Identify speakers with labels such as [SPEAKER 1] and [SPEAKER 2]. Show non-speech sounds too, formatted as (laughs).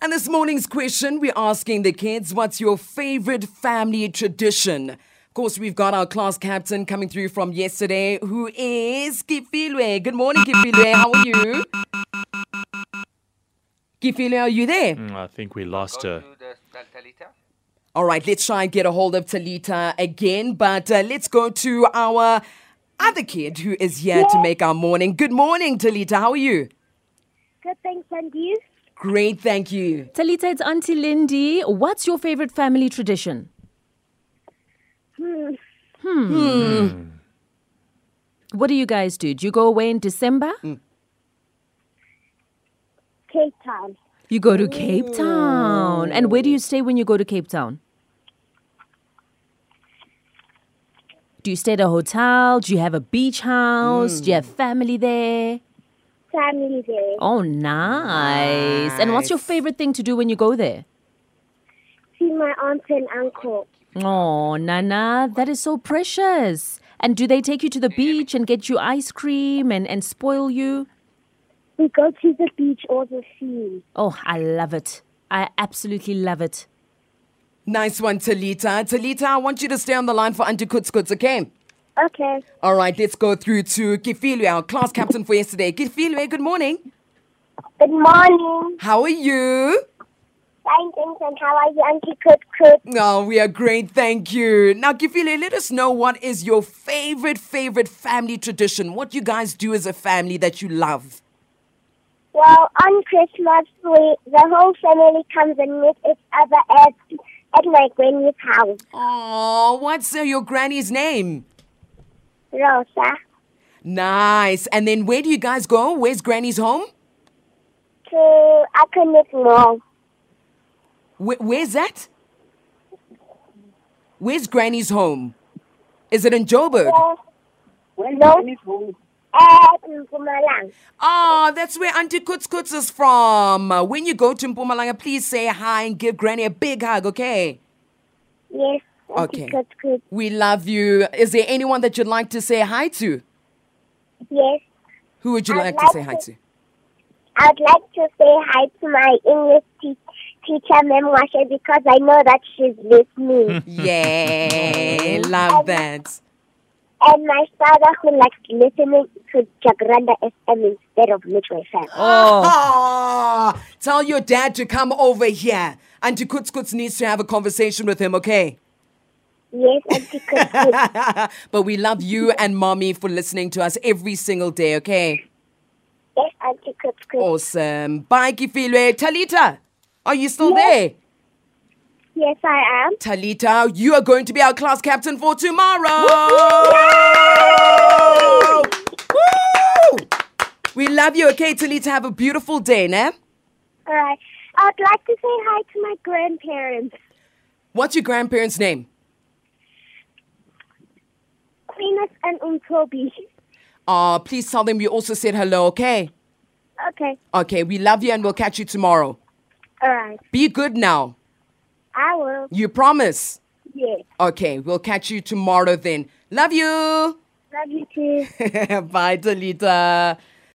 [SPEAKER 1] And this morning's question, we're asking the kids, what's your favorite family tradition? Of course, we've got our class captain coming through from yesterday, who is Kifilwe. Good morning, Kifilwe. How are you? Kifilwe, are you there?
[SPEAKER 2] Mm, I think we lost uh, her.
[SPEAKER 3] Go to the Talita.
[SPEAKER 1] All right, let's try and get a hold of Talita again, but uh, let's go to our other kid who is here to make our morning. Good morning, Talita. How are you?
[SPEAKER 4] Good, thanks, and you?
[SPEAKER 1] Great, thank you.
[SPEAKER 5] Talita, it's Auntie Lindy. What's your favorite family tradition?
[SPEAKER 4] Hmm.
[SPEAKER 5] What do you guys do? Do you go away in December?
[SPEAKER 4] Cape Town.
[SPEAKER 5] You go to Cape Town. And where do you stay when you go to Cape Town? Do you stay at a hotel? Do you have a beach house? Do you have family there?
[SPEAKER 4] Family there.
[SPEAKER 5] Oh, nice. And what's your
[SPEAKER 1] Nice.
[SPEAKER 5] favorite thing to do when you go there?
[SPEAKER 4] See my aunt and uncle.
[SPEAKER 5] Oh, Nana, that is so precious. And do they take you to the beach and get you ice cream and, and spoil you?
[SPEAKER 4] We go to the beach or the sea.
[SPEAKER 5] Oh, I love it. I absolutely love it.
[SPEAKER 1] Nice one, Talita. Talita, I want you to stay on the line for Auntie Kutskutz, okay?
[SPEAKER 4] Okay.
[SPEAKER 1] All right, let's go through to Kifilwe, our class captain for yesterday. Kifilwe, good morning.
[SPEAKER 4] Good morning.
[SPEAKER 1] How are you?
[SPEAKER 4] Fine, thanks, and how are you, Auntie Cook Cook?
[SPEAKER 1] Oh, we are great, thank you. Now, Kifile, let us know what is your favorite, favorite family tradition. What you guys do as a family that you love.
[SPEAKER 4] Well, on Christmas, we the whole family comes and meets each other at, at my granny's house.
[SPEAKER 1] Oh, what's uh, your granny's name?
[SPEAKER 4] Rosa,
[SPEAKER 1] Nice. And then where do you guys go? Where's granny's home?
[SPEAKER 4] to Akonik Mall.
[SPEAKER 1] Wh- where's that? Where's granny's home? Is it in Joburg?
[SPEAKER 4] No, at Mpumalang.
[SPEAKER 1] Oh, that's where Auntie Kutz Kutz is from. Uh, When you go to Mpumalanga, please say hi and give Granny a big hug, okay?
[SPEAKER 4] Yes, Auntie
[SPEAKER 1] Okay.
[SPEAKER 4] Cook Cook.
[SPEAKER 1] We love you. Is there anyone that you'd like to say hi to?
[SPEAKER 4] Yes.
[SPEAKER 1] Who would you
[SPEAKER 4] I'd
[SPEAKER 1] like, to
[SPEAKER 4] like
[SPEAKER 1] say hi
[SPEAKER 4] to-
[SPEAKER 1] to?
[SPEAKER 4] I'd like to say hi to my English te- teacher, Mem Washer, because I know that she's listening.
[SPEAKER 1] (laughs) Yay, love that.
[SPEAKER 4] and my father, who likes listening to Jagranda FM instead of Midway FM.
[SPEAKER 1] Oh, (laughs) tell your dad to come over here. Auntie Kutz Kutz needs to have a conversation with him, okay? (laughs)
[SPEAKER 4] Yes, Auntie Cook.
[SPEAKER 1] but we love you and mommy for listening to us every single day, okay?
[SPEAKER 4] yes, Auntie Cook.
[SPEAKER 1] Oh. Awesome. Bye, Kifilwe. Talita, are you still there?
[SPEAKER 4] Yes, I am.
[SPEAKER 1] Talita, you are going to be our class captain for tomorrow. Woo! We love you, okay, Talita? Have a beautiful day, ne?
[SPEAKER 4] All right. I'd like to say hi to my grandparents,
[SPEAKER 1] What's your grandparents' name?
[SPEAKER 4] Queenus and Untobi.
[SPEAKER 1] Uh, please tell them you also said hello, okay?
[SPEAKER 4] Okay,
[SPEAKER 1] Okay, we love you and we'll catch you tomorrow.
[SPEAKER 4] all right.
[SPEAKER 1] Be good now.
[SPEAKER 4] I will.
[SPEAKER 1] You promise.
[SPEAKER 4] Yes.
[SPEAKER 1] Okay, we'll catch you (laughs) tomorrow then. Love you.
[SPEAKER 4] Love you too.
[SPEAKER 1] Bye, Talita.